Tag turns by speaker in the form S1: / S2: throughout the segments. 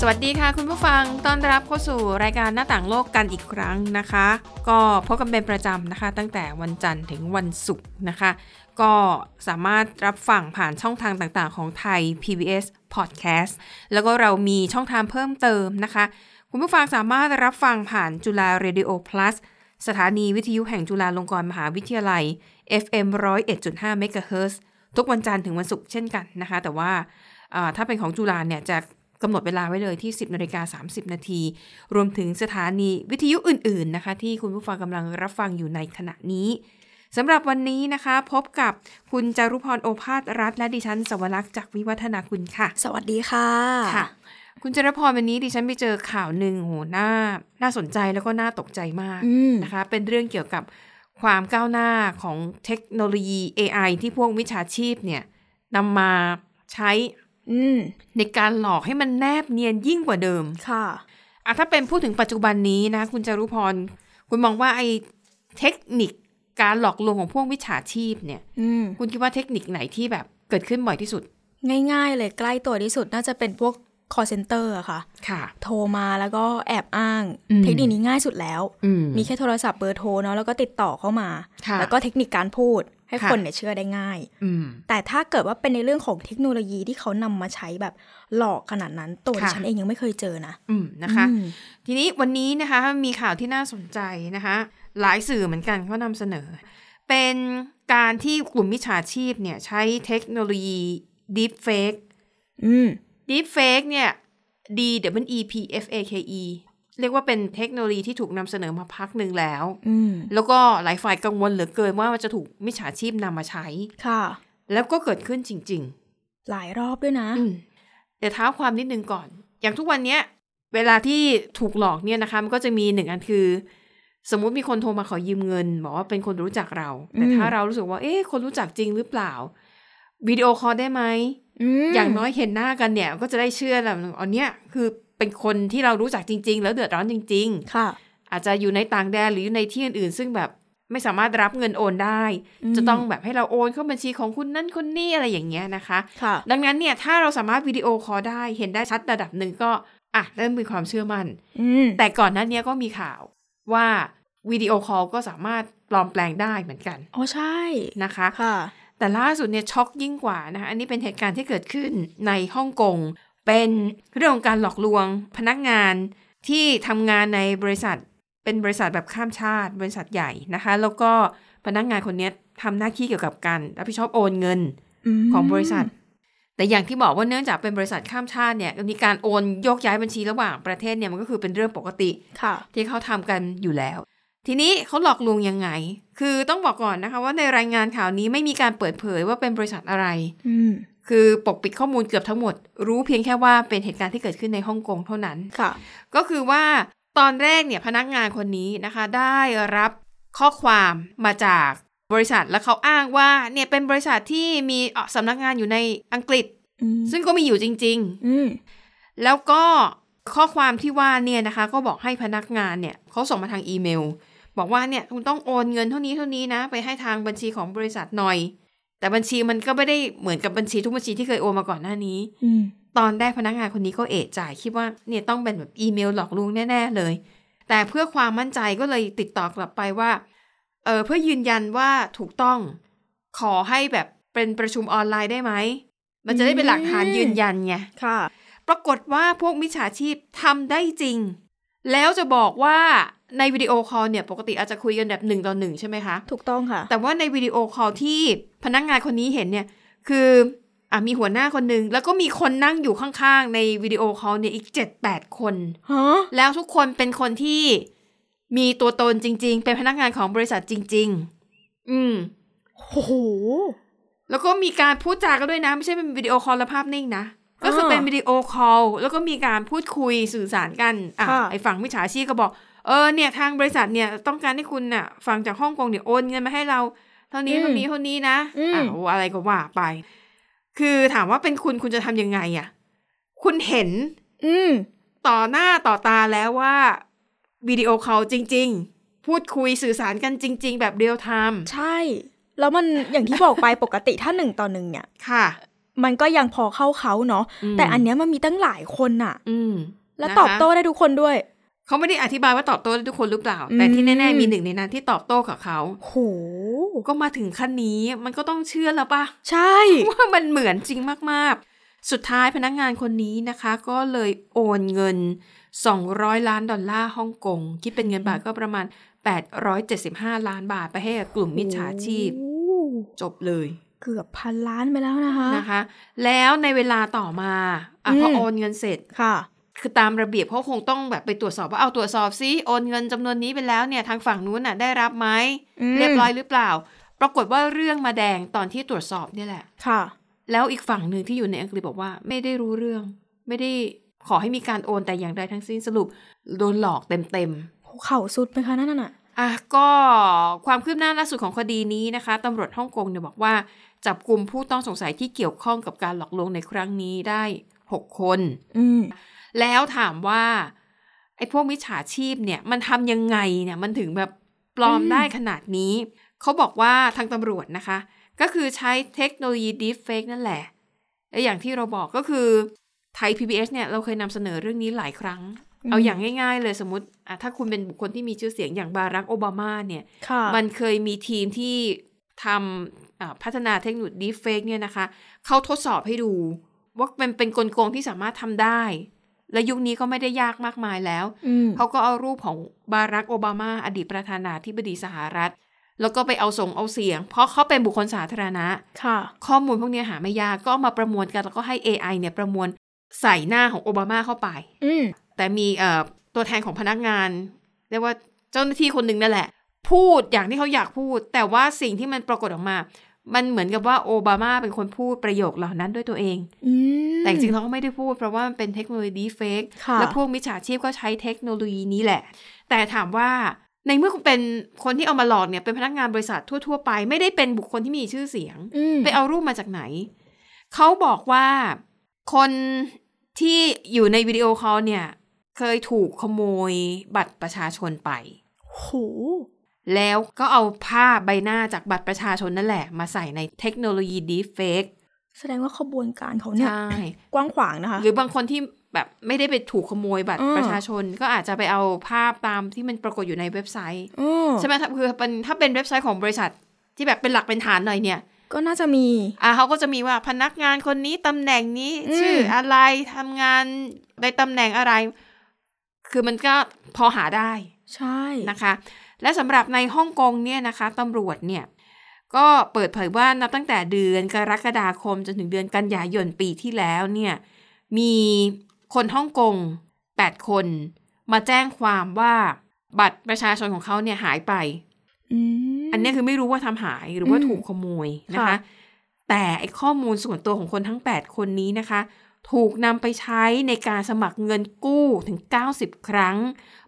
S1: สวัสดีค่ะคุณผู้ฟังต้อนรับเข้าสู่รายการหน้าต่างโลกกันอีกครั้งนะคะ ก็พบกันเป็นประจำนะคะ ตั้งแต่วันจันทร์ถึงวันศุกร์นะคะ ก็สามารถรับฟังผ่านช่องทางต่างๆ ของไทย PBS Podcast แล้วก็เรามีช่องทางเพิ่มเติมนะคะ คุณผู้ฟังสามารถรับฟังผ่านจุฬา Radio Plus สถานีวิทยุแห่งจุฬาลงกรณ์มหาวิทยาลัย FM 101.5 MHz ทุกวันจันทร์ถึงวันศุกร์เช่นกันนะคะ แต่ว่าเอ่อถ้าเป็นของจุฬาเนี่ยจะกำหนดเวลาไว้เลยที่ 10นาฬิกา30 นาที รวมถึงสถานีวิทยุอื่น ๆ นะคะ ที่คุณผู้ฟังกำลังรับฟังอยู่ในขณะนี้สำหรับวันนี้นะคะ พบกับคุณจารุพรโอภาสรัฐ และดิฉันสวรักษ์จากวิวัฒนาคุณค่ะ
S2: สวัสดีค่ะ
S1: ค่ะคุณจรพรวันนี้ดิฉันไปเจอข่าวหนึ่งโหน่าน่าสนใจแล้วก็น่าตกใจมาก
S2: อืม
S1: นะคะ เป็นเรื่องเกี่ยวกับความก้าวหน้าของเทคโนโลยี AI ที่พวกวิชาชีพเนี่ยนำมาใช้
S2: อืม
S1: ในการหลอกให้มันแนบเนียนยิ่งกว่าเดิม
S2: ค่ะ
S1: อ่ะถ้าเป็นพูดถึงปัจจุบันนี้นะ คุณจารุพร คุณมองว่าไอ้เทคนิคการหลอกลวงของพวกวิชาชีพเนี่ย
S2: อืม
S1: คุณคิดว่าเทคนิคไหนที่แบบเกิดขึ้นบ่อยที่สุด
S2: ง่ายๆเลยใกล้ตัวที่สุดน่าจะเป็นพวก call center อะค่ะ
S1: ค่ะ
S2: โทรมาแล้วก็แอบอ้าง
S1: อืม
S2: เทคนิคนี้ง่ายสุดแล้ว
S1: อืม
S2: มีแค่โทรศัพท์เบอร์โทรเนาะแล้วก็ติดต่อเข้ามา
S1: ค่ะ
S2: แล้วก็เทคนิคการพูดให้
S1: ค่ะ
S2: คนเนี่ยเชื่อได้ง่าย
S1: อืม
S2: แต่ถ้าเกิดว่าเป็นในเรื่องของเทคโนโลยีที่เขานำมาใช้แบบหลอกขนาดนั้น ตัวดิ
S1: ค่ะ
S2: ฉันเองยังไม่เคยเจอนะ
S1: อืมนะคะ
S2: อืม
S1: ทีนี้วันนี้นะคะมีข่าวที่น่าสนใจนะคะ หลายสื่อเหมือนกันเขานำเสนอ เป็นการที่กลุ่มมิจฉาชีพเนี่ยใช้เทคโนโลยี Deepfake
S2: อืม
S1: Deepfake เนี่ย D W E P F A K E เรียกว่าเป็นเทคโนโลยีที่ถูกนำเสนอมาพักหนึ่งแล้ว
S2: อืม
S1: แล้วก็หลายฝ่ายกังวลเหลือเกินว่ามันจะถูกมิจฉาชีพนำมาใช้
S2: ค่ะ
S1: แล้วก็เกิดขึ้นจริง ๆ
S2: หลายรอบด้วยนะ
S1: อืมแต่เท้าความนิดนึงก่อน อย่างทุกวันเนี้ย เวลาที่ถูกหลอกเนี่ยนะคะมันก็จะมีหนึ่งอันคือ สมมุติมีคนโทรมาขอยืมเงินบอกว่าเป็นคนรู้จักเรา แต่
S2: อืม
S1: ถ้าเรารู้สึกว่า เอ๊ะคนรู้จักจริงหรือเปล่าวิดีโอคอลได้ไหม
S2: ม
S1: อย่างน้อยเห็นหน้ากันเนี่ย ก็จะได้เชื่อแหละอันเนี้ยคือเป็นคนที่เรารู้จักจริง ๆ แล้วเดือดร้อนจริง ๆ
S2: ค่ะ
S1: อาจจะอยู่ในต่างแดนหรืออยู่ในที่อื่นๆ ซึ่งแบบไม่สามารถรับเงินโอนได้
S2: อืม
S1: จะต้องแบบให้เราโอนเข้าบัญชีของคุณนั่นคนนี่อะไรอย่างเงี้ยนะคะ
S2: ค่ะ
S1: ดังนั้นเนี่ยถ้าเราสามารถวิดีโอคอลได้เห็นได้ชัดระดับหนึ่งก็อ่ะเริ่มมีความเชื่อมัน่น
S2: อืม
S1: แต่ก่อนหนั้นเนี้ยก็มีข่าวว่าวิดีโอคอลก็สามารถปลอมแปลงได้เหมือนกัน
S2: อ๋อใช่
S1: นะคะ
S2: ค่ะ
S1: แต่ล่าสุดเนี่ยช็อกยิ่งกว่านะคะ อันนี้เป็นเหตุการณ์ที่เกิดขึ้นในฮ่องกง เป็นเรื่องของการหลอกลวงพนักงานที่ทำงานในบริษัท เป็นบริษัทแบบข้ามชาติ บริษัทใหญ่นะคะ แล้วก็พนักงานคนเนี้ยทำหน้าที่เกี่ยวกับการรับผิดชอบโอนเงิน
S2: ม
S1: ของบริษัท แต่อย่างที่บอกว่าเนื่องจากเป็นบริษัทข้ามชาติเนี่ยมีการโอนโยกย้ายบัญชีระหว่างประเทศเนี่ยมันก็คือเป็นเรื่องปกติ
S2: ค่ะ
S1: ที่เขาทำกันอยู่แล้ว ทีนี้เขาหลอกลวงยังไง คือต้องบอกก่อนนะคะว่าในรายงานข่าวนี้ไม่มีการเปิดเผยว่าเป็นบริษัทอะไร
S2: อืม
S1: คือปกปิดข้อมูลเกือบทั้งหมด รู้เพียงแค่ว่าเป็นเหตุการณ์ที่เกิดขึ้นในฮ่องกงเท่านั้น
S2: ค่ะ
S1: ก็คือว่าตอนแรกเนี่ยพนักงานคนนี้นะคะ ได้รับข้อความมาจากบริษัทแล้วเขาอ้างว่าเนี่ยเป็นบริษัทที่มีเอ่อสำนักงานอยู่ในอังกฤษ
S2: อืม
S1: ซึ่งก็มีอยู่จริง
S2: อืม
S1: ๆ แล้วก็ข้อความที่ว่าเนี่ยนะคะ ก็บอกให้พนักงานเนี่ยเขาส่งมาทางอีเมล บอกว่าเนี่ยคุณต้องโอนเงินเท่านี้เท่านี้นะ ไปให้ทางบัญชีของบริษัทหน่อย แต่บัญชีมันก็ไม่ได้เหมือนกับบัญชีทุกบัญชีที่เคยโอนมาก่อนหน้านี้
S2: อืม
S1: ตอนแรกพนักงานคนนี้ก็เอะใจคิดว่าเนี่ยต้องเป็นแบบอีเมลหลอกลวงแน่ ๆ เลย แต่เพื่อความมั่นใจก็เลยติดต่อกลับไปว่าเออเพื่อยืนยันว่าถูกต้องขอให้แบบเป็นประชุมออนไลน์ได้ไหมมันจะได้เป็นหลักฐานยืนยันไง
S2: ค่ะ
S1: ปรากฏว่าพวกมิจฉาชีพทำได้จริง แล้วจะบอกว่าในวิดีโอคอลเนี่ยปกติอาจจะคุยกันแบบหนึ่งต่อหนึ่งใช่ไหมคะ
S2: ถูกต้องค่ะ
S1: แต่ว่าในวิดีโอคอลที่พนักงานคนนี้เห็นเนี่ย คืออ่ะมีหัวหน้าคนหนึ่งแล้วก็มีคนนั่งอยู่ข้างๆ ในวิดีโอคอลเนี่ยอีก 7-8 คน
S2: ฮะ
S1: แล้วทุกคนเป็นคนที่มีตัวตนจริง ๆ เป็นพนักงานของบริษัทจริง ๆ อืม
S2: โอ้โห
S1: แล้วก็มีการพูดจากันด้วยนะ ไม่ใช่เป็นวิดีโอคอลและภาพนิ่งนะ ก็คือเป็นวิดีโอคอลแล้วก็มีการพูดคุยสื่อสารกันอ่ะ
S2: ค่ะ
S1: ไอฝั่งมิจฉาชีพก็บอก เออเนี่ยทางบริษัทเนี่ยต้องการให้คุณน่ะฝั่งจากฮ่องกงเนี่ยโอนเงินมาให้เรา เท่านี้
S2: อืม
S1: เท่านี้เท่านี้นะ
S2: อืม
S1: วอะไรก็ว่าไป คือถามว่าเป็นคุณคุณจะทำยังไงอะ คุณเห็น
S2: อืม
S1: ต่อหน้าต่อตาแล้วว่าวิดีโอคอลจริง ๆ พูดคุยสื่อสารกันจริง ๆ แบบเรียลไทม์
S2: ใช่ แล้วมันอย่างที่บอกไป ปกติถ้าหนึ่งต่อหนึ่งเนี่ย
S1: ค่ะ
S2: มันก็ยังพอเข้าเขาเนาะ
S1: อืม
S2: แต่อันเนี้ยมันมีตั้งหลายคนน่ะ
S1: อืม
S2: แล้ว
S1: นะคะ
S2: ตอบโต้ได้ทุกคนด้วย
S1: เขาไม่ได้อธิบายว่าตอบโต้ได้ทุกคนหรือเปล่า แต่ที่แน่ ๆ มีหนึ่งในนั้นที่ตอบโต้กับเขา
S2: โห
S1: ก็มาถึงขั้นนี้มันก็ต้องเชื่อแล้วปะ
S2: ใช่
S1: ว่ามันเหมือนจริงมาก ๆ สุดท้ายพนักงานคนนี้นะคะ ก็เลยโอนเงิน 200 ล้านดอลลาร์ฮ่องกง คิดเป็นเงินบาทก็ประมาณ 875 ล้านบาทไปให้กับกลุ่มมิจฉาชีพ
S2: โอ้
S1: จบเลย
S2: เกือบพันล้านไปแล้วนะคะ
S1: นะคะ แล้วในเวลาต่อมาอะพอ
S2: ม
S1: โอนเงินเสร็จ
S2: ค่ะ
S1: คือตามระเบียบเขาคงต้องแบบไปตรวจสอบว่าเอาตรวจสอบซิโอนเงินจำนวนนี้ไปแล้วเนี่ยทางฝั่งนู้นน่ะได้รับไหม
S2: อืม
S1: เรียบร้อยหรือเปล่า ปรากฏว่าเรื่องมาแดงตอนที่ตรวจสอบเนี่ยแหละ
S2: ค่ะ
S1: แล้วอีกฝั่งหนึ่งที่อยู่ในอังกฤษบอกว่าไม่ได้รู้เรื่อง ไม่ได้ขอให้มีการโอนแต่อย่างใดทั้งสิ้นสรุปโดนหลอกเต็มๆ
S2: เข่าสุดไหมคะนั่นน่ะ
S1: อ่ะก็ความคืบหน้าล่าสุดของคดีนี้นะคะตำรวจฮ่องกงเนี่ยบอกว่า จับกลุ่มผู้ต้องสงสัยที่เกี่ยวข้องกับการหลอกลวงในครั้งนี้ได้ 6 คน
S2: อืม
S1: แล้วถามว่าไอ้พวกมิจฉาชีพเนี่ยมันทำยังไงเนี่ยมันถึงแบบปลอม
S2: อืม
S1: ได้ขนาดนี้ เขาบอกว่าทางตำรวจนะคะ ก็คือใช้เทคโนโลยี Deepfake นั่นแหละและอย่างที่เราบอกก็คือไทย PBS เนี่ยเราเคยนำเสนอเรื่องนี้หลายครั้ง เอาอย่างง่ายๆเลยสมมติอ่ะถ้าคุณเป็นบุคคลที่มีชื่อเสียงอย่างบารักโอบามาเนี่ย
S2: ค่ะ
S1: มันเคยมีทีมที่ทำอ่าพัฒนาเทคโนโลยีดีเฟกเนี่ยนะคะ เขาทดสอบให้ดู ว่ามันเป็นกลโกงที่สามารถทำได้ และยุคนี้ก็ไม่ได้ยากมากมายแล้ว
S2: อืม
S1: เขาก็เอารูปของบารักโอบามาอดีตประธานาธิบดีสหรัฐ แล้วก็ไปเอาส่งเอาเสียง เพราะเขาเป็นบุคคลสาธารณะ
S2: ค่ะ
S1: ข้อมูลพวกเนี้ยหาไม่ยากก็เอามาประมวลกันแล้วก็ให้ AI เนี่ยประมวลใส่หน้าของโอบามาเข้าไป
S2: อืม
S1: แต่มีเอ่อตัวแทนของพนักงาน เรียกว่าเจ้าหน้าที่คนหนึ่งนั่นแหละ พูดอย่างที่เขาอยากพูด แต่ว่าสิ่งที่มันปรากฏออกมา มันเหมือนกับว่าโอบามาเป็นคนพูดประโยคเหล่านั้นด้วยตัวเอง
S2: อืม
S1: แต่จริงๆเขาก็ไม่ได้พูด เพราะว่ามันเป็นเทคโนโลยีเฟก
S2: ค่ะ
S1: และพวกมิจฉาชีพก็ใช้เทคโนโลยีนี้แหละ แต่ถามว่าในเมื่อคุณเป็นคนที่เอามาหลอกเนี่ยเป็นพนักงานบริษัททั่วๆไป ไม่ได้เป็นบุคคลที่มีชื่อเสียง
S2: อืม
S1: ไปเอารูปมาจากไหน เขาบอกว่าคนที่อยู่ในวิดีโอคอลเนี่ย เคยถูกขโมยบัตรประชาชนไป
S2: โห
S1: แล้วก็เอาภาพใบหน้าจากบัตรประชาชนนั่นแหละ มาใส่ในเทคโนโลยีดีเฟก
S2: แสดงว่าขบวนการเขาเนี่ย
S1: ใช่
S2: กว้างขวางนะคะ
S1: หรือบางคนที่แบบไม่ได้ไปถูกขโมยบัตร
S2: อ่า
S1: ประชาชน ก็อาจจะไปเอาภาพตามที่มันปรากฏอยู่ในเว็บไซต์
S2: อืม
S1: ใช่ไหมถ้าคือเป็นถ้าเป็นเว็บไซต์ของบริษัทที่แบบเป็นหลักเป็นฐานหน่อยเนี่ย
S2: ก็น่าจะมี
S1: อ่ะเขาก็จะมีว่าพนักงานคนนี้ตำแหน่งนี้
S2: อืม
S1: ชื่ออะไรทำงานในตำแหน่งอะไร คือมันก็พอหาได้
S2: ใช่
S1: นะคะ และสำหรับในฮ่องกงเนี่ยนะคะตำรวจเนี่ยก็เปิดเผยว่านับตั้งแต่เดือนกรกฎาคมจนถึงเดือนกันยายนปีที่แล้วเนี่ยมีคนฮ่องกง 8 คน มาแจ้งความว่าบัตรประชาชนของเขาเนี่ยหายไป
S2: อืม
S1: อันเนี้ยคือไม่รู้ว่าทำหายหรือว่า
S2: อืม
S1: ถูกขโมยนะคะ
S2: ค่ะ
S1: แต่ไอข้อมูลส่วนตัวของคนทั้ง 8 คนนี้นะคะ ถูกนำไปใช้ในการสมัครเงินกู้ถึง 90 ครั้ง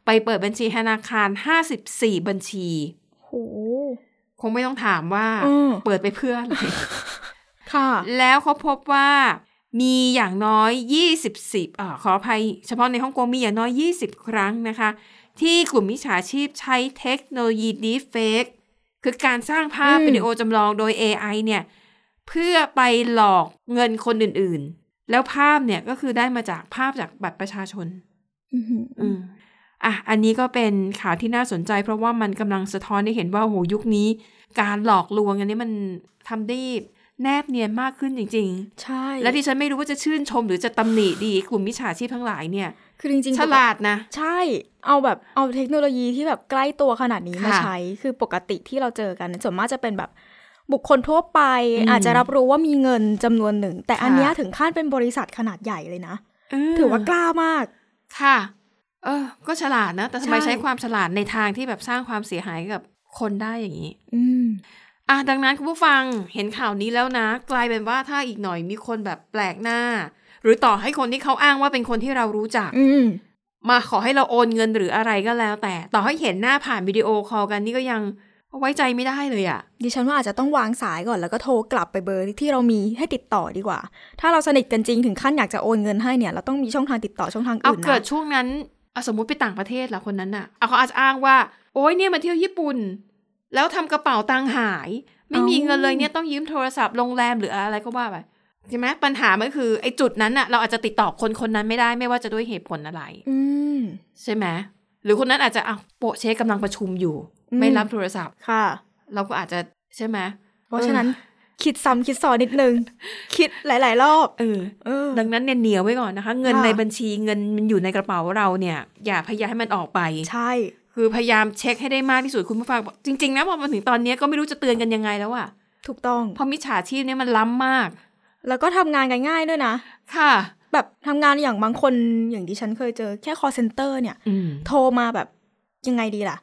S1: ไปเปิดบัญชีธนาคาร 54 บัญชี
S2: โห
S1: คงไม่ต้องถามว่า
S2: อืม
S1: เปิดไปเพื่ออะไร
S2: ค่ะ
S1: แล้วเขาพบว่ามีอย่างน้อย 24อ่าขออภัย เฉพาะในฮ่องกงมีอย่างน้อย 20 ครั้งนะคะ ที่กลุ่มมิจฉาชีพใช้เทคโนโลยี deepfake คือการสร้างภาพ
S2: อืม
S1: วิดีโอจำลองโดย AI เนี่ย เพื่อไปหลอกเงินคนอื่นๆ แล้วภาพเนี่ยก็คือได้มาจากภาพจากบัตรประชาชน
S2: อื้อหืออ
S1: อืมอ่ะ อันนี้ก็เป็นข่าวที่น่าสนใจ เพราะว่ามันกำลังสะท้อนให้เห็นว่าโอ้โหยุคนี้ การหลอกลวงอันนี้มันทำได้แนบเนียนมากขึ้นจริง
S2: ใช่
S1: ๆ และที่ฉันไม่รู้ว่าจะชื่นชมหรือจะตำหนิดีกลุ่มมิจฉาชีพทั้งหลายเนี่ย
S2: คือจริงๆ
S1: ฉลาดนะ
S2: ใช่ เอาแบบ เอาเทคโนโลยีที่แบบใกล้ตัวขนาดนี้
S1: ค่ะ
S2: มาใช้ คือปกติที่เราเจอกันส่วนมากจะเป็นแบบบุคคลทั่วไป
S1: อืม
S2: อาจจะรับรู้ว่ามีเงินจำนวนหนึ่ง แต่อัน
S1: ค่ะ
S2: เนี้ยถึงขั้นเป็นบริษัทขนาดใหญ่เลยนะ
S1: ม
S2: ถือว่ากล้ามาก
S1: ค่ะ เออ ก็ฉลาดนะ แต่ทำไม
S2: ใช่
S1: ใช้ความฉลาดในทางที่แบบสร้างความเสียหายกับคนได้อย่างนี้
S2: อืม
S1: อ่ะดังนั้นคุณผู้ฟังเห็นข่าวนี้แล้วนะ กลายเป็นว่าถ้าอีกหน่อยมีคนแบบแปลกหน้า หรือต่อให้คนที่เขาอ้างว่าเป็นคนที่เรารู้จัก
S2: อืม
S1: มาขอให้เราโอนเงินหรืออะไรก็แล้ว แต่ต่อให้เห็นหน้าผ่านวิดีโอคอลกันนี่ก็ยัง ไว้ใจไม่ได้เลยอะ
S2: ดิฉันว่าอาจจะต้องวางสายก่อนแล้วก็โทรกลับไปเบอร์ที่เรามีให้ติดต่อดีกว่า ถ้าเราสนิทกันจริงถึงขั้นอยากจะโอนเงินให้เนี่ยเราต้องมีช่องทางติดต่อช่องทาง
S1: เอา
S2: อื่น
S1: เกิ
S2: นะ
S1: ดช่วงนั้นเอาสมมุติไปต่างประเทศละคนนั้นอะเอาเขาอาจจะอ้างว่า โอ้ยเนี่ยมาเที่ยวญี่ปุ่น แล้วทำกระเป๋าตังค์หาย ไม่มีเงินเลยเนี่ยต้องยืมโทรศัพท์โรงแรมหรืออะไรก็ว่าไปใช่ไหมปัญหามันคือไอ้จุดนั้นอะเราอาจจะติดต่อคนคนนั้นไม่ได้ไม่ว่าจะด้วยเหตุผลอะไร
S2: อืม
S1: ใช่ไหมหรือคนนั้นอาจจะอ้าวโปะเชคกำลังประชุมอยู่
S2: อืม
S1: ไม่รับโทรศัพท์
S2: ค่ะ
S1: เราก็อาจจะใช่ไหม
S2: เพราะฉะนั้นคิดซ้ำคิดซ้อนนิดนึง คิดหลาย ๆ รอบ
S1: เออ
S2: เออ
S1: ดังนั้นเนี่ยเหนียวไว้ก่อนนะคะ เงิน
S2: ค่ะ
S1: ในบัญชีเงินมันอยู่ในกระเป๋าเราเนี่ย อย่าพยายามให้มันออกไป
S2: ใช่
S1: คือพยายามเช็คให้ได้มากที่สุดคุณผู้ฟังบอกจริง ๆ นะพอมาถึงตอนเนี้ยก็ไม่รู้จะเตือนกันยังไงแล้วอะ
S2: ถูกต้อง
S1: เพราะมิจฉาชีพเนี่ยมันล้ำมาก
S2: แล้วก็ทำงานกันง่ายด้วยนะ
S1: ค่ะ
S2: แบบทำงานอย่างบางคนอย่างที่ฉันเคยเจอแค่ call center เนี่ย
S1: อืม
S2: โทรมาแบบยังไงดีล่ะ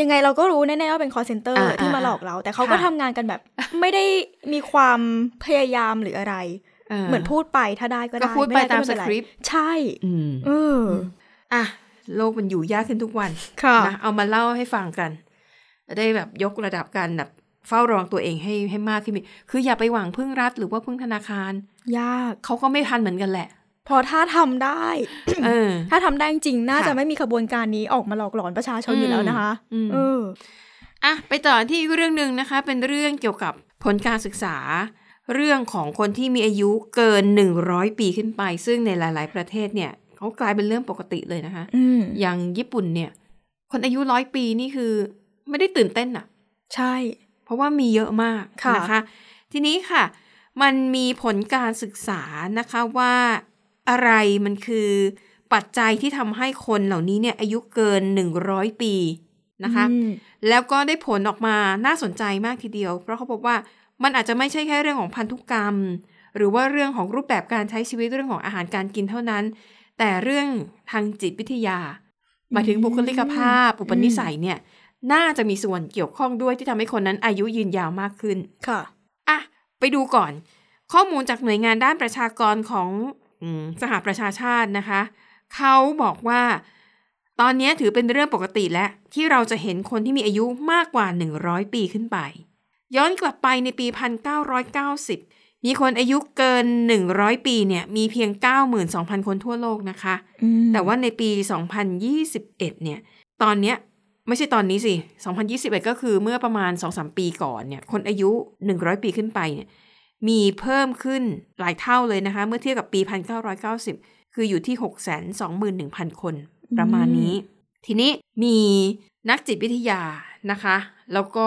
S2: ยังไงเราก็รู้แน่ๆว่าเป็น call center
S1: อ่า
S2: ที่
S1: อ่าม
S2: มาหลอกเรา แต่เขาก็
S1: ค่ะ
S2: ทำงานกันแบบ ไม่ได้มีความพยายามหรืออะไร เหมือนพูดไปถ้าได้ก็
S1: ก็
S2: ได้
S1: พูดไป
S2: ม่ก็
S1: ตามส
S2: เน
S1: คริปต์
S2: ใช่
S1: อืม
S2: เอออ
S1: อ่ะโลกมันอยู่ยากขึ้นทุกวัน
S2: ค่ะ
S1: นะเอามาเล่าให้ฟังกันจะได้แบบยกระดับการแบบเฝ้าระวังตัวเองให้ให้มากขึ้นอีกคืออย่าไปหวังพึ่งรัฐหรือว่าพึ่งธนาคาร
S2: ยาก
S1: เขาก็ไม่ทันเหมือนกันแหละ
S2: พอถ้าทำได้
S1: เออ
S2: ถ้าทำได้จริงๆน่า
S1: ค่ะ
S2: จะไม่มีขบวนการนี้ออกมาหลอกหลอนประชาชน
S1: อืม
S2: อยู่แล้วนะคะ
S1: อืม
S2: เออ
S1: อ่ะไปต่อที่อีกเรื่องหนึ่งนะคะ เป็นเรื่องเกี่ยวกับผลการศึกษา เรื่องของคนที่มีอายุเกิน 100 ปีขึ้นไป ซึ่งในหลาย ๆ ประเทศเนี่ยเขากลายเป็นเรื่องปกติเลยนะคะ
S2: อืม
S1: อย่างญี่ปุ่นเนี่ย คนอายุร้อยปีนี่คือไม่ได้ตื่นเต้นอะ
S2: ใช่
S1: เพราะว่ามีเยอะมาก
S2: ค่ะ
S1: นะคะ ทีนี้ค่ะ มันมีผลการศึกษานะคะว่าอะไรมันคือปัจจัยที่ทำให้คนเหล่านี้เนี่ยอายุเกิน 100 ปีนะคะ
S2: อืม
S1: แล้วก็ได้ผลออกมาน่าสนใจมากทีเดียว เพราะเขาพบว่ามันอาจจะไม่ใช่แค่เรื่องของพันธุกรรม หรือว่าเรื่องของรูปแบบการใช้ชีวิตเรื่องของอาหารการกินเท่านั้น แต่เรื่องทางจิตวิทยาหมายถึงบุคลิกภาพ อุปนิสัยเนี่ย น่าจะมีส่วนเกี่ยวข้องด้วยที่ทำให้คนนั้นอายุยืนยาวมากขึ้น
S2: ค่ะ
S1: อ่ะ ไปดูก่อน ข้อมูลจากหน่วยงานด้านประชากรของอมสหประชาชาตินะคะ เขาบอกว่า ตอนนี้ถือเป็นเรื่องปกติแล้ว ที่เราจะเห็นคนที่มีอายุมากกว่า 100 ปีขึ้นไป ย้อนกลับไปในปี 1990 มีคนอายุเกิน 100 ปีเนี่ยมีเพียง 92,000 คนทั่วโลกนะคะ
S2: อืม
S1: แต่ว่าในปี 2021 เนี่ย ตอนเนี้ยไม่ใช่ตอนนี้สิ 2021 ก็คือเมื่อประมาณ 2-3 ปีก่อนเนี่ย คนอายุ 100 ปีขึ้นไปเนี่ย มีเพิ่มขึ้นหลายเท่าเลยนะคะ เมื่อเทียบกับปี 1990 คืออยู่ที่ 621,000 คนประมาณนี้ ทีนี้มีนักจิตวิทยานะคะ แล้วก็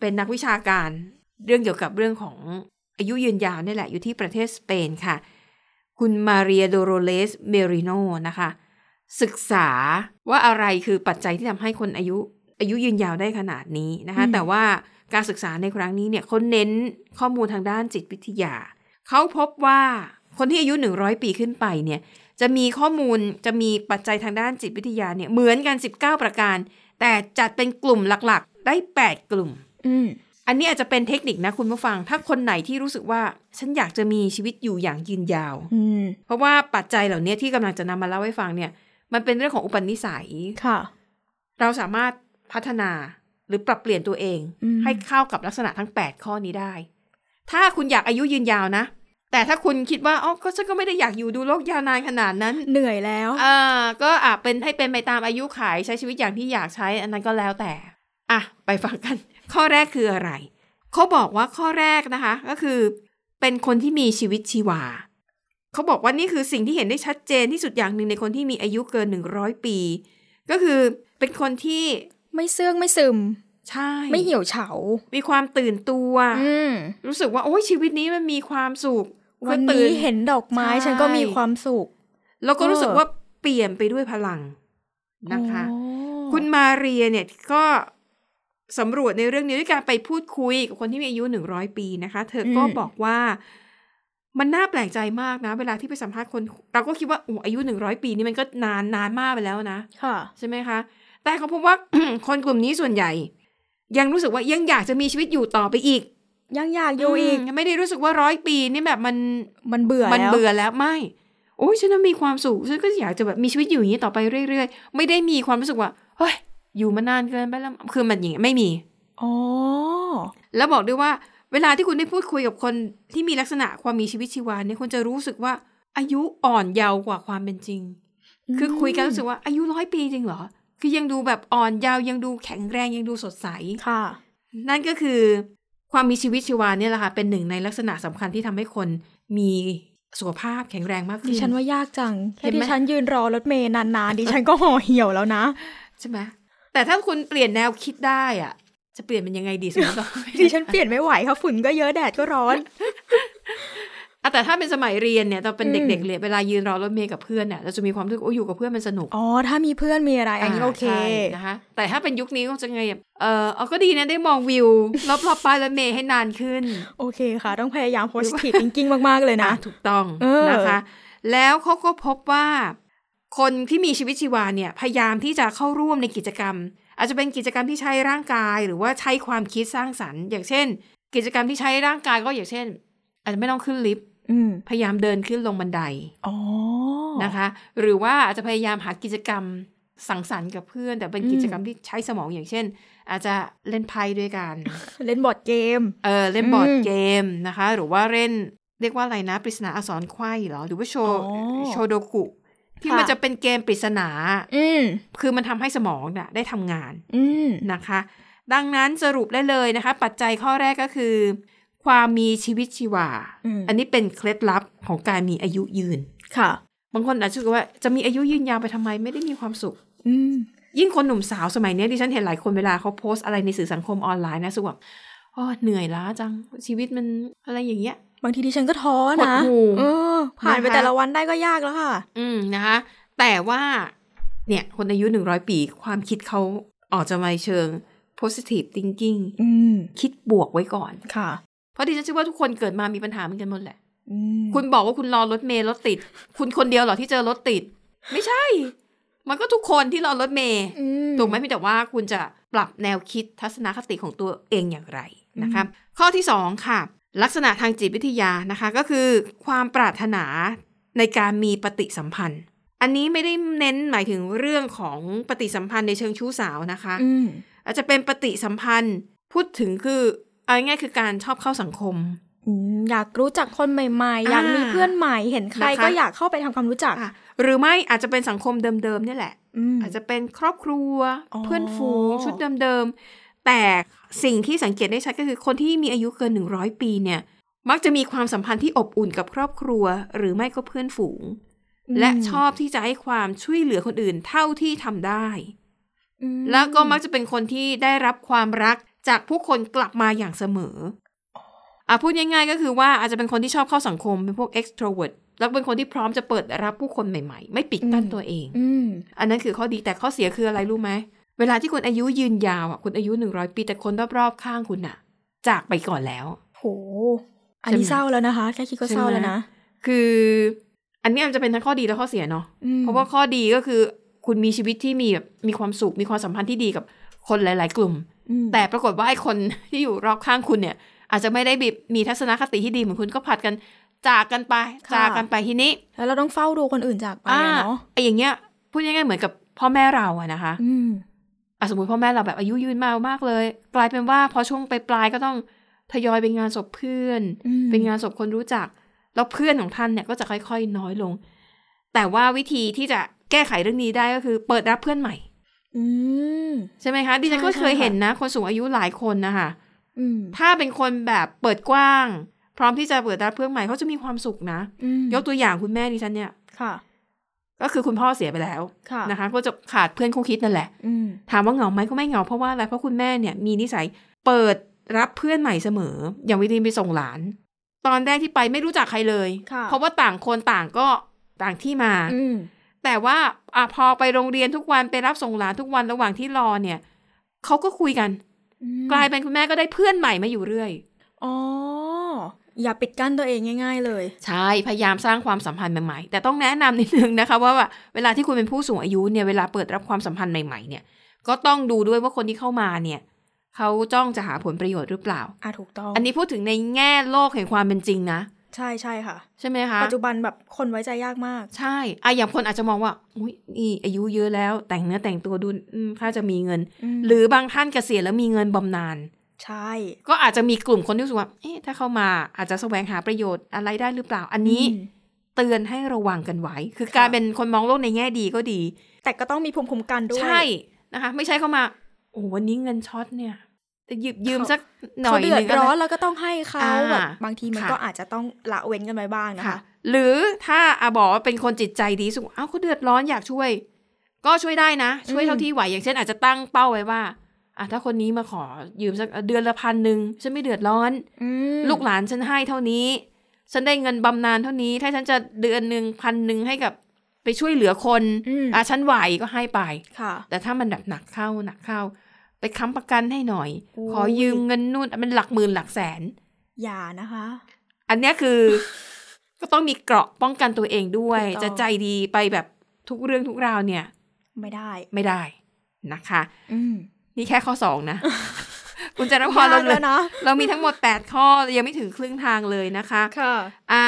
S1: เป็นนักวิชาการเรื่องเกี่ยวกับเรื่องของอายุยืนยาวนี่แหละ อยู่ที่ประเทศสเปนค่ะ คุณมาเรียโดโรเลสเมริโนนะคะ ศึกษาว่าอะไรคือปัจจัยที่ทำให้คนอายุอายุยืนยาวได้ขนาดนี้นะคะ แต่ว่าการศึกษาในครั้งนี้เนี่ยเขาเน้นข้อมูลทางด้านจิตวิทยา เขาพบว่าคนที่อายุ 100 ปีขึ้นไปเนี่ย จะมีข้อมูลจะมีปัจจัยทางด้านจิตวิทยาเนี่ยเหมือนกัน 19 ประการ แต่จัดเป็นกลุ่มหลักๆ ได้ 8 กลุ่ม
S2: อืม
S1: อันนี้อาจจะเป็นเทคนิคนะคุณผู้ฟัง ถ้าคนไหนที่รู้สึกว่าฉันอยากจะมีชีวิตอยู่อย่างยืนยาว
S2: อืม
S1: เพราะว่าปัจจัยเหล่านี้ที่กำลังจะนำมาเล่าให้ฟังเนี่ย มันเป็นเรื่องของอุปนิสัย
S2: ค่ะ
S1: เราสามารถพัฒนาหรือปรับเปลี่ยนตัวเอง
S2: อืม
S1: ให้เข้ากับลักษณะทั้ง 8 ข้อนี้ได้ ถ้าคุณอยากอายุยืนยาวนะ แต่ถ้าคุณคิดว่าอ๋อก็ฉันก็ไม่ได้อยากอยู่ดูโลกยาวนานขนาดนั้น
S2: เหนื่อยแล้ว
S1: อ่าก็อ่ะเป็นให้เป็นไปตามอายุขายใช้ชีวิตอย่างที่อยากใช้ อันนั้นก็แล้วแต่ อ่ะ ไปฟังกัน ข้อแรกคืออะไร เขาบอกว่าข้อแรกนะคะ ก็คือ เป็นคนที่มีชีวิตชีวา เขาบอกว่านี่คือสิ่งที่เห็นได้ชัดเจนที่สุดอย่างหนึ่งในคนที่มีอายุเกิน 100 ปี ก็คือเป็นคนที่
S2: ไม่เสื่องไม่ซึม
S1: ใช่
S2: ไม่เหี่ยวเฉา
S1: มีความตื่นตัว
S2: อืม
S1: รู้สึกว่าโอ้ยชีวิตนี้มันมีความสุข
S2: วัน
S1: ก็ตื่
S2: นี้เห็นดอกไม้
S1: ใช่
S2: ฉันก็มีความสุข
S1: แล้วก็รู้สึกว่าเปลี่ยนไปด้วยพลังนะคะ
S2: โอ้
S1: คุณมาเรียเนี่ยก็สำรวจในเรื่องนี้ด้วยการไปพูดคุยกับคนที่มีอายุหนึ่งร้อยปีนะคะ เธอก็บอกว่ามันน่าแปลกใจมากนะ เวลาที่ไปสัมภาษณ์คน เราก็คิดว่าโอ้อายุหนึ่งร้อยปีนี่มันก็นานนานมากไปแล้วนะ
S2: ค่ะ
S1: ใช่ไหมคะ แต่เขาพบว่า คนกลุ่มนี้ส่วนใหญ่ ยังรู้สึกว่ายังอยากจะมีชีวิตอยู่ต่อไปอีก
S2: ยังอยากอยู่อีก
S1: มไม่ได้รู้สึกว่าร้อยปีนี่แบบมัน
S2: มันเบื่อ
S1: มัน
S2: แล้ว
S1: เบื่อแล้วไม่ โอ้ยฉันน่ะมีความสุขฉันก็อยากจะแบบมีชีวิตอยู่อย่างนี้ต่อไปเรื่อยๆ ไม่ได้มีความรู้สึกว่าเฮ้ย อยู่มานานเกินไปแล้วคือมันอย่างเงี้ยไม่มี
S2: อ๋อ
S1: แล้วบอกด้วยว่า เวลาที่คุณได้พูดคุยกับคนที่มีลักษณะความมีชีวิตชีวาเนี่ยคุณจะรู้สึกว่าอายุอ่อนเยาว์กว่าความเป็นจริง คือคุยกันรู้สึกว่าอายุร้อยปีจริงเหรอ คือยังดูแบบอ่อนเยาว์ยังดูแข็งแรงยังดูสดใส
S2: ค่ะ
S1: นั่นก็คือความมีชีวิตชีวาเนี่ยแหละค่ะเป็นหนึ่งในลักษณะสำคัญที่ทำให้คนมีสุขภาพแข็งแรงมากขึ้น
S2: ดิฉันว่ายากจังแค่
S1: เห็นไหม
S2: ดิฉันยืนรอรถเมย์นานๆ ดิฉันก็ห่อเหี่ยวแล้วนะ
S1: ใช่ไหมแต่ถ้าคุณเปลี่ยนแนวคิดได้อ่ะ จะเปลี่ยนเป็นยังไง ดีสมมติว่า
S2: ดิฉันเปลี่ยนไม่ไหวค่ะฝุ่นก็เยอะแดดก็ ร้อน
S1: อะแต่ถ้าเป็นสมัยเรียนเนี่ยตอนเป็น
S2: อืม
S1: เด็กๆเลยเวลายืนรอรถเมล์กับเพื่อนเนี่ยเราจะมีความรู้สึกโอ้ยอยู่กับเพื่อนมันสนุก
S2: อ๋อ ถ้ามีเพื่อนมีอะไรอันนี้โอเค
S1: าใช่นะคะแต่ถ้าเป็นยุคนี้ก็จะไงอ่ะเออเอาก็ดีนะได้มองวิว รอบๆป้ายรถเมล์ให้นานขึ้น
S2: โอเคค่ะ ต้องพยายามโพส t i ฟ e ิงกิ้งมาก ๆ เลยนะ
S1: อ่ถูกต้อง
S2: เออ
S1: นะคะ แล้วเขาก็พบว่า คนที่มีชีวิตชีวาเนี่ยพยายามที่จะเข้าร่วมในกิจกรรม อาจจะเป็นกิจกรรมที่ใช้ร่างกายหรือว่าใช้ความคิดสร้างสรรค์ อย่างเช่น กิจกรรมที่ใช้ร่างกายก็อย่างเช่น อาจจะไม่ต้องขึ้นลิฟต์
S2: อืม
S1: พยายามเดินขึ้นลงบันได
S2: อ๋อ
S1: นะคะหรือว่าอาจจะพยายามหากิจกรรมสังสรรค์กับเพื่อน แต่เป็นกิจกรรมที่ใช้สมองอย่างเช่น อาจจะเล่นไพ่ด้วยกัน
S2: เล่นบอร์ดเกม
S1: เออเล่นบอร์ด
S2: อืม
S1: เกมนะคะ หรือว่าเล่นเรียกว่าอะไรนะปริศนาอักษรไขว้เหรอหรือว่าโช
S2: อ๋อ
S1: โชโดกุ ที่
S2: ค่ะ
S1: มันจะเป็นเกมปริศนา
S2: อืม
S1: คือมันทำให้สมองน่ะได้ทำงาน
S2: อืม
S1: นะคะ ดังนั้นสรุปได้เลยนะคะ ปัจจัยข้อแรกก็คือ ความมีชีวิตชีวา อันนี้เป็นเคล็ดลับของการมีอายุยืน
S2: ค่ะ
S1: บางคนอาจจะคิดว่าจะมีอายุยืนยาวไปทำไมไม่ได้มีความสุข
S2: อืม
S1: ยิ่งคนหนุ่มสาวสมัยเนี้ยดิฉันเห็นหลายคนเวลาเขาโพสต์อะไรในสื่อสังคมออนไลน์นะรู้สุแบบอ๋อเหนื่อยล้าจังชีวิตมันอะไรอย่างเงี้ย
S2: บางทีดิฉันก็ท้อนะ
S1: หดหู่
S2: เออ ผ่านไป
S1: นะคะ
S2: แต่ละวันได้ก็ยากแล้วค่ะ
S1: อืมนะคะ แต่ว่าเนี่ยคนอายุหนึ่งร้อยปีความคิดเขาออกจะมาเชิง positive thinking
S2: อืม
S1: คิดบวกไว้ก่อน
S2: ค่ะ
S1: เพราะดิฉันเชื่อว่าทุกคนเกิดมามีปัญหาเหมือนกันหมดแหละ
S2: อืม
S1: คุณบอกว่าคุณรอรถเมล์รถติด คุณคนเดียวเหรอที่เจอรถติด ไม่ใช่ มันก็ทุกคนที่รอรถเมล์
S2: อื
S1: ถูกไหมเพียงแต่ว่าคุณจะปรับแนวคิดทัศนคติของตัวเองอย่างไรนะคะข้อที่ 2 ค่ะ ลักษณะทางจิตวิทยานะคะก็คือ ความปรารถนาในการมีปฏิสัมพันธ์ อันนี้ไม่ได้เน้นหมายถึงเรื่องของปฏิสัมพันธ์ในเชิงชู้สาวนะคะ
S2: อืม
S1: อาจจะเป็นปฏิสัมพันธ์พูดถึงคือเอาง่ายๆคือการชอบเข้าสังคม
S2: อืมอยากรู้จักคนใหม่ๆ อยากมีเพื่อนใหม่เห็นใคร
S1: นะคะ
S2: ก็อยากเข้าไปทำความรู้จัก
S1: อ่ะหรือไม่อาจจะเป็นสังคมเดิมๆเนี่ยแหละ
S2: อืม
S1: อาจจะเป็นครอบครัว
S2: อ๋อ
S1: เพื่อนฝูงชุดเดิมๆ แต่สิ่งที่สังเกตได้ชัดก็คือคนที่มีอายุเกิน 100 ปีเนี่ย มักจะมีความสัมพันธ์ที่อบอุ่นกับครอบครัว หรือไม่ก็เพื่อนฝูง และชอบที่จะให้ความช่วยเหลือคนอื่นเท่าที่ทำได้
S2: อืม
S1: แล้วก็มักจะเป็นคนที่ได้รับความรักจากผู้คนกลับมาอย่างเสมออ่ะพูดง่ายๆก็คือว่าอาจจะเป็นคนที่ชอบเข้าสังคมเป็นพวก extrovert แล้วเป็นคนที่พร้อมจะเปิดรับผู้คนใหม่ๆ ไม่ปิดกั้นตัวเอง
S2: อืม
S1: อันนั้นคือข้อดีแต่ข้อเสียคืออะไรรู้ไหม เวลาที่คุณอายุยืนยาวอ่ะคุณอายุหนึ่งร้อยปีแต่คนรอบๆข้างคุณอ่ะ จากไปก่อนแล้ว
S2: โห อันนี้
S1: ใช่ไหม
S2: เศร้าแล้วนะคะ แค่คิดก็
S1: ใช่ไหม
S2: เศร้าแล้วนะ
S1: คือ อันนี้มันจะเป็นทั้งข้อดีและข้อเสียเนาะ
S2: อืม
S1: เพราะว่าข้อดีก็คือ คุณมีชีวิตที่มีแบบมีความสุขมีความสัมพันธ์ที่ดีกับคนหลาย ๆ กลุ่ม
S2: อืม
S1: แต่ปรากฏว่าไอ้คน ที่อยู่รอบข้างคุณเนี่ย อาจจะไม่ได้มีมีทัศนคติที่ดีเหมือนคุณก็ผลัดกันจากกันไปจากกันไปทีนี้
S2: แล้วเราต้องเฝ้าดูคนอื่นจากไป
S1: อ่า
S2: อะเนาะ
S1: ไอ้อย่างเงี้ยพูดง่ายๆเหมือนกับพ่อแม่เราอะนะคะ
S2: อืม
S1: อะสมมติพ่อแม่เราแบบอายุยืนมามากเลย กลายเป็นว่าพอช่วงปลายๆก็ต้องทยอยไปงานศพเพื่อน
S2: อืม
S1: เป็นงานศพคนรู้จัก แล้วเพื่อนของท่านเนี่ยก็จะค่อยๆ น้อยลง แต่ว่าวิธีที่จะแก้ไขเรื่องนี้ได้ก็คือเปิดรับเพื่อนใหม่
S2: อืม
S1: ใช่ไหมคะดิฉันก็
S2: ใช่ใช่
S1: เคยเห็นนะ คนสูงอายุหลายคนนะคะ
S2: อืม
S1: ถ้าเป็นคนแบบเปิดกว้าง พร้อมที่จะเปิดรับเพื่อนใหม่เขาจะมีความสุขนะ
S2: อืม
S1: ยกตัวอย่างคุณแม่ดิฉันเนี่ย
S2: ค่ะ
S1: ก็คือคุณพ่อเสียไปแล้ว
S2: ค่ะ
S1: นะคะ ก็จะขาดเพื่อนคู่คิดนั่นแหละ
S2: อืม
S1: ถามว่าเหงาไหมก็ไม่เหงาเพราะว่าอะไรเพราะคุณแม่เนี่ยมีนิสัยเปิดรับเพื่อนใหม่เสมอ อย่างวิธีไปส่งหลาน ตอนแรกที่ไปไม่รู้จักใครเลย
S2: ค่ะ
S1: เพราะว่าต่างคนต่างก็ต่างที่มา
S2: อืม
S1: แต่ว่าอะพอไปโรงเรียนทุกวันไปรับส่งหลานทุกวันระหว่างที่รอเนี่ยเขาก็คุยกัน
S2: อืม
S1: กลายเป็นคุณแม่ก็ได้เพื่อนใหม่มาอยู่เรื่อย
S2: อ๋อ อย่าปิดกั้นตัวเองง่าย ๆ เลย
S1: ใช่พยายามสร้างความสัมพันธ์ใหม่ๆ แต่ต้องแนะนำนิดนึงนะคะว่าว่าเวลาที่คุณเป็นผู้สูงอายุเนี่ยเวลาเปิดรับความสัมพันธ์ใหม่ๆเนี่ยก็ต้องดูด้วยว่าคนที่เข้ามาเนี่ยเขาจ้องจะหาผลประโยชน์หรือเปล่า
S2: อ่ะถูกต้อง
S1: อันนี้พูดถึงในแง่โลกแห่งความเป็นจริงนะ
S2: ใช่ใช่ค่ะ
S1: ใช่ไหมคะ
S2: ปัจจุบันแบบคนไว้ใจยากมาก
S1: ใช่อะอย่างคนอาจจะมองว่า อุ้ยนี่อายุเยอะแล้วแต่งเนื้อแต่งตัวดูอืมถ้าจะมีเงิน
S2: อืม
S1: หรือบางท่านเกษียณแล้วมีเงินบำนาญ
S2: ใช่
S1: ก็อาจจะมีกลุ่มคนที่รู้สึกว่า เอ๊ะ ถ้าเข้ามาอาจจะแสวงหาประโยชน์อะไรได้หรือเปล่า อันนี้
S2: อืม
S1: เตือนให้ระวังกันไว้ คือการ
S2: ค่ะ
S1: เป็นคนมองโลกในแง่ดีก็ดี
S2: แต่ก็ต้องมีภูมิคุ้มกันด้วย
S1: ใช่นะคะ ไม่ใช่เข้ามา โอ้วันนี้เงินช็อตเนี่ยจะหยิบยืมสักหน่
S2: เขา
S1: อย
S2: เดือ
S1: ห
S2: ด
S1: นึงก็
S2: ร้อน
S1: ได้
S2: แล้วก็ต้องให้เขา
S1: อ่า
S2: แบบบางทีมัน
S1: ค่ะ
S2: ก็อาจจะต้องละเว้นกันไปบ้างนะ
S1: ค่ะ
S2: คะ
S1: หรือถ้าอาบอกว่าเป็นคนจิตใจดีสุดเอ้าเขาเดือดร้อนอยากช่วย ก็ช่วยได้นะ ช่วยเท่า
S2: อืม
S1: ที่ไหว อย่างเช่นอาจจะตั้งเป้าไว้ว่าอ่ะถ้าคนนี้มาขอยืมสักเดือนละพันหนึ่งฉันไม่เดือดร้อน
S2: อืม
S1: ลูกหลานฉันให้เท่านี้ ฉันได้เงินบำนาญเท่านี้ ถ้าฉันจะเดือนหนึ่งพันหนึ่งให้กับไปช่วยเหลือคน
S2: อืม
S1: อ่ะฉันไหวก็ให้ไป
S2: ค่ะ
S1: แต่ถ้ามันแบบหนักเข้าหนักเข้า ไปค้ำประกันให้หน่อย
S2: โอ้ย
S1: ขอยืมเงินนู่นมันหลักหมื่นหลักแสน
S2: อย่านะคะ
S1: อันเนี้ยคือ ก็ต้องมีเกราะป้องกันตัวเองด้วย
S2: ถูกต้อง
S1: จะใจดีไปแบบทุกเรื่องทุกราวเนี่ย
S2: ไม่ได้
S1: ไม่ได้นะคะ
S2: อืม
S1: นี่แค่ข้อสองนะ คุณจารพร
S2: ยาก
S1: เราเหลื
S2: แล้
S1: อ
S2: วนะ
S1: เรามีทั้งหมด 8 ข้อยังไม่ถึงครึ่งทางเลยนะคะ
S2: ค่ะ
S1: อ่า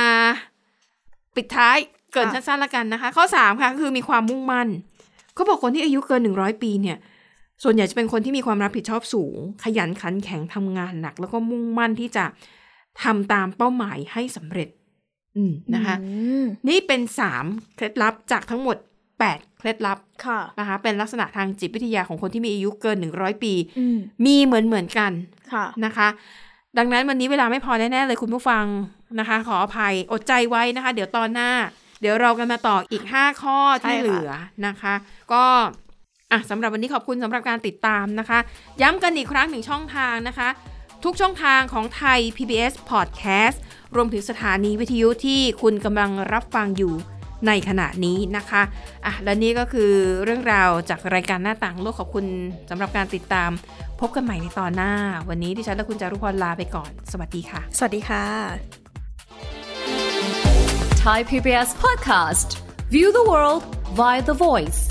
S1: ปิดท้ายเกริน
S2: ค่ะ
S1: สั้นๆละกันนะคะ ข้อสามค่ะก็คือมีความมุ่งมั่นเขาบอกคนที่อายุเกินหนึ่งร้อยปีเนี่ย ส่วนใหญ่จะเป็นคนที่มีความรับผิดชอบสูง ขยันขันแข็งทำงานหนัก แล้วก็มุ่งมั่นที่จะทำตามเป้าหมายให้สำเร็จ อืมนะคะ
S2: อืม
S1: นี่เป็นสามเคล็ดลับจากทั้งหมดแปดเคล็ดลับ
S2: ค่ะ
S1: นะคะเป็นลักษณะทางจิตวิทยาของคนที่มีอายุเกินหนึ่งร้อยปี
S2: อืม
S1: มีเหมือนเหมือนๆกัน
S2: ค่ะ
S1: นะคะ ดังนั้นวันนี้เวลาไม่พอแน่ ๆ เลยคุณผู้ฟังนะคะ ขออภัยอดใจไว้นะคะ เดี๋ยวตอนหน้า เดี๋ยวเรากันมาต่ออีก 5 ข้อที่
S2: ใช่ค่ะ
S1: เหลือนะคะ ก็อ่ะสำหรับวันนี้ขอบคุณสำหรับการติดตามนะคะ ย้ำกันอีกครั้งหนึ่งช่องทางนะคะ ทุกช่องทางของไทย PBS Podcast รวมถึงสถานีวิทยุที่คุณกำลังรับฟังอยู่ในขณะนี้นะคะอ่ะและนี่ก็คือเรื่องราวจากรายการหน้าต่างโลกขอบคุณสำหรับการติดตาม พบกันใหม่ในตอนหน้า วันนี้ดิฉันและคุณจารุพรลาไปก่อน สวัสดีค่ะ
S2: สวัสดีค่ะ
S3: Thai PBS podcast. View the world via the voice.